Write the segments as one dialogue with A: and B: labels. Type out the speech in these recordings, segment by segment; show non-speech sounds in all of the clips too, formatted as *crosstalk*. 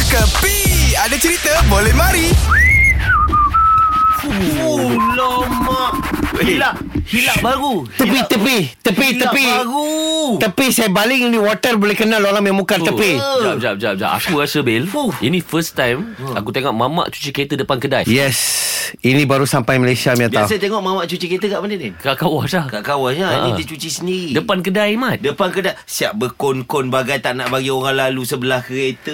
A: Kepi Ada cerita boleh mari
B: Oh, lama. Hilak. Hilak baru.
C: Tepi,
B: Hilak-
C: tepi, tepi,
B: Hilak
C: tepi.
B: baru.
C: Tepi saya baling ni water boleh kena orang yang muka tepi.
D: Jap, jap, jap, jap. Aku rasa, Bil.
B: Fuh.
D: Ini first time
C: Hmm.
D: aku tengok mamak cuci kereta depan kedai.
C: Yes. Ini baru sampai Malaysia punya
B: Biasa
C: tahu.
B: tengok mamak cuci kereta kat mana ni?
D: Kat kawah dah.
B: Kat kawan ya. Ini
D: Ha.
B: dia cuci sendiri.
D: Depan kedai, Mat.
B: Depan kedai Siap berkon-kon bagai Tak nak bagi orang lalu sebelah kereta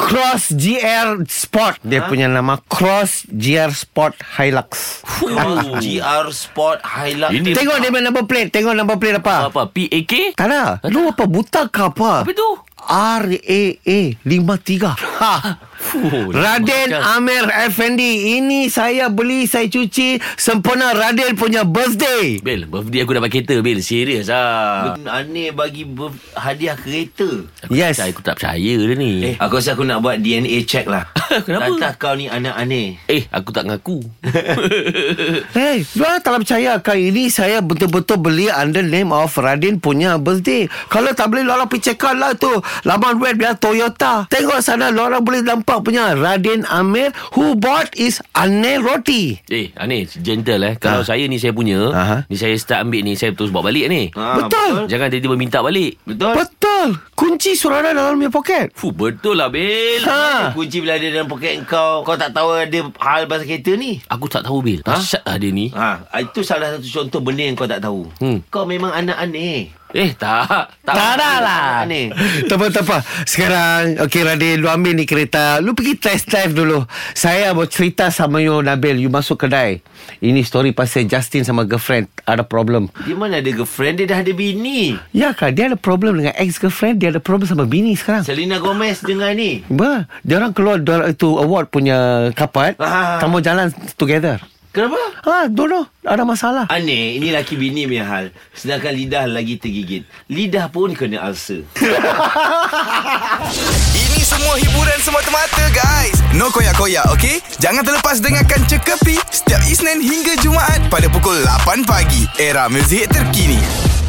C: Cross GR Sport
B: Ha?
C: Dia punya nama Cross GR Sport Hilux
B: Oh, GR Sport lah. Hilux
D: Ini-
C: Tengok dia punya number plate Tengok number plate apa
D: Apa? PAK?
C: Tak ada Lu apa buta ke apa
D: Apa tu?
C: RAA 53 ha. Raden Amir Effendi Ini saya beli Saya cuci Sempena Raden punya birthday
D: Bil, birthday aku dapat kereta, Bil. Serius lah.
B: Aneh bagi ber- hadiah kereta
D: Aku
C: Yes.
D: tak percaya, Aku tak percaya dia ni.
B: Eh, aku rasa aku nak buat DNA check lah
D: Kenapa?
B: Lantas kau ni anak aneh
D: Eh, aku tak ngaku.
C: Hey, Lu tak percaya Kali ini saya betul-betul beli Under name of Radin punya birthday Kalau tak beli Lorang pergi check out lah tu Laman web dia Toyota Tengok sana Lorang boleh nampak punya Radin Amir Who bought is Anne Roti
D: Eh, Anis, gentle eh. Kalau
C: Ha.
D: saya ni saya punya,
C: Aha. Ah.
D: ni saya start ambil ni, saya terus bawa balik ni.
B: Ha,
C: Betul.
D: Jangan tiba-tiba minta balik.
B: Betul?
C: Betul Kunci surara dalam punya poket
D: Fuh, betul lah, Bil.
C: Ha
B: Kunci bila ada dalam poket kau Kau tak tahu ada hal pasal kereta ni
D: Aku tak tahu, Bil.
B: Ha?
D: Asyik lah dia ni.
B: Ha, itu salah satu contoh benda yang kau tak tahu.
D: Hmm.
B: Kau memang anak aneh.
D: Eh, tak. Tak,
C: Tak ada *laughs* lah
B: Tak ada.
C: Tak apa tak apa Sekarang Okay Radin Lu ambil ni kereta Lu pergi test drive dulu Saya mau cerita sama you Nabil You masuk kedai Ini story pasal Justin sama girlfriend Ada problem
B: Dia mana ada girlfriend, dia dah ada bini.
C: Ya kak Dia ada problem dengan ex-girlfriend Dia ada problem sama bini sekarang
B: Selena Gomez dengan ni.
C: Ba, dia orang keluar dor- itu award punya kapat
B: Ah.
C: ah. Tak mau jalan together
B: Kenapa?
C: Ah, don't know Ada masalah
B: Aneh, ini laki bini punya hal. Sedangkan lidah lagi tergigit. Lidah pun kena ulcer.
A: Ini semua hiburan semata-mata guys No koyak-koyak ok Jangan terlepas dengarkan Cekapi Setiap Isnin hingga Jumaat Pada pukul 8 pagi Era muzik terkini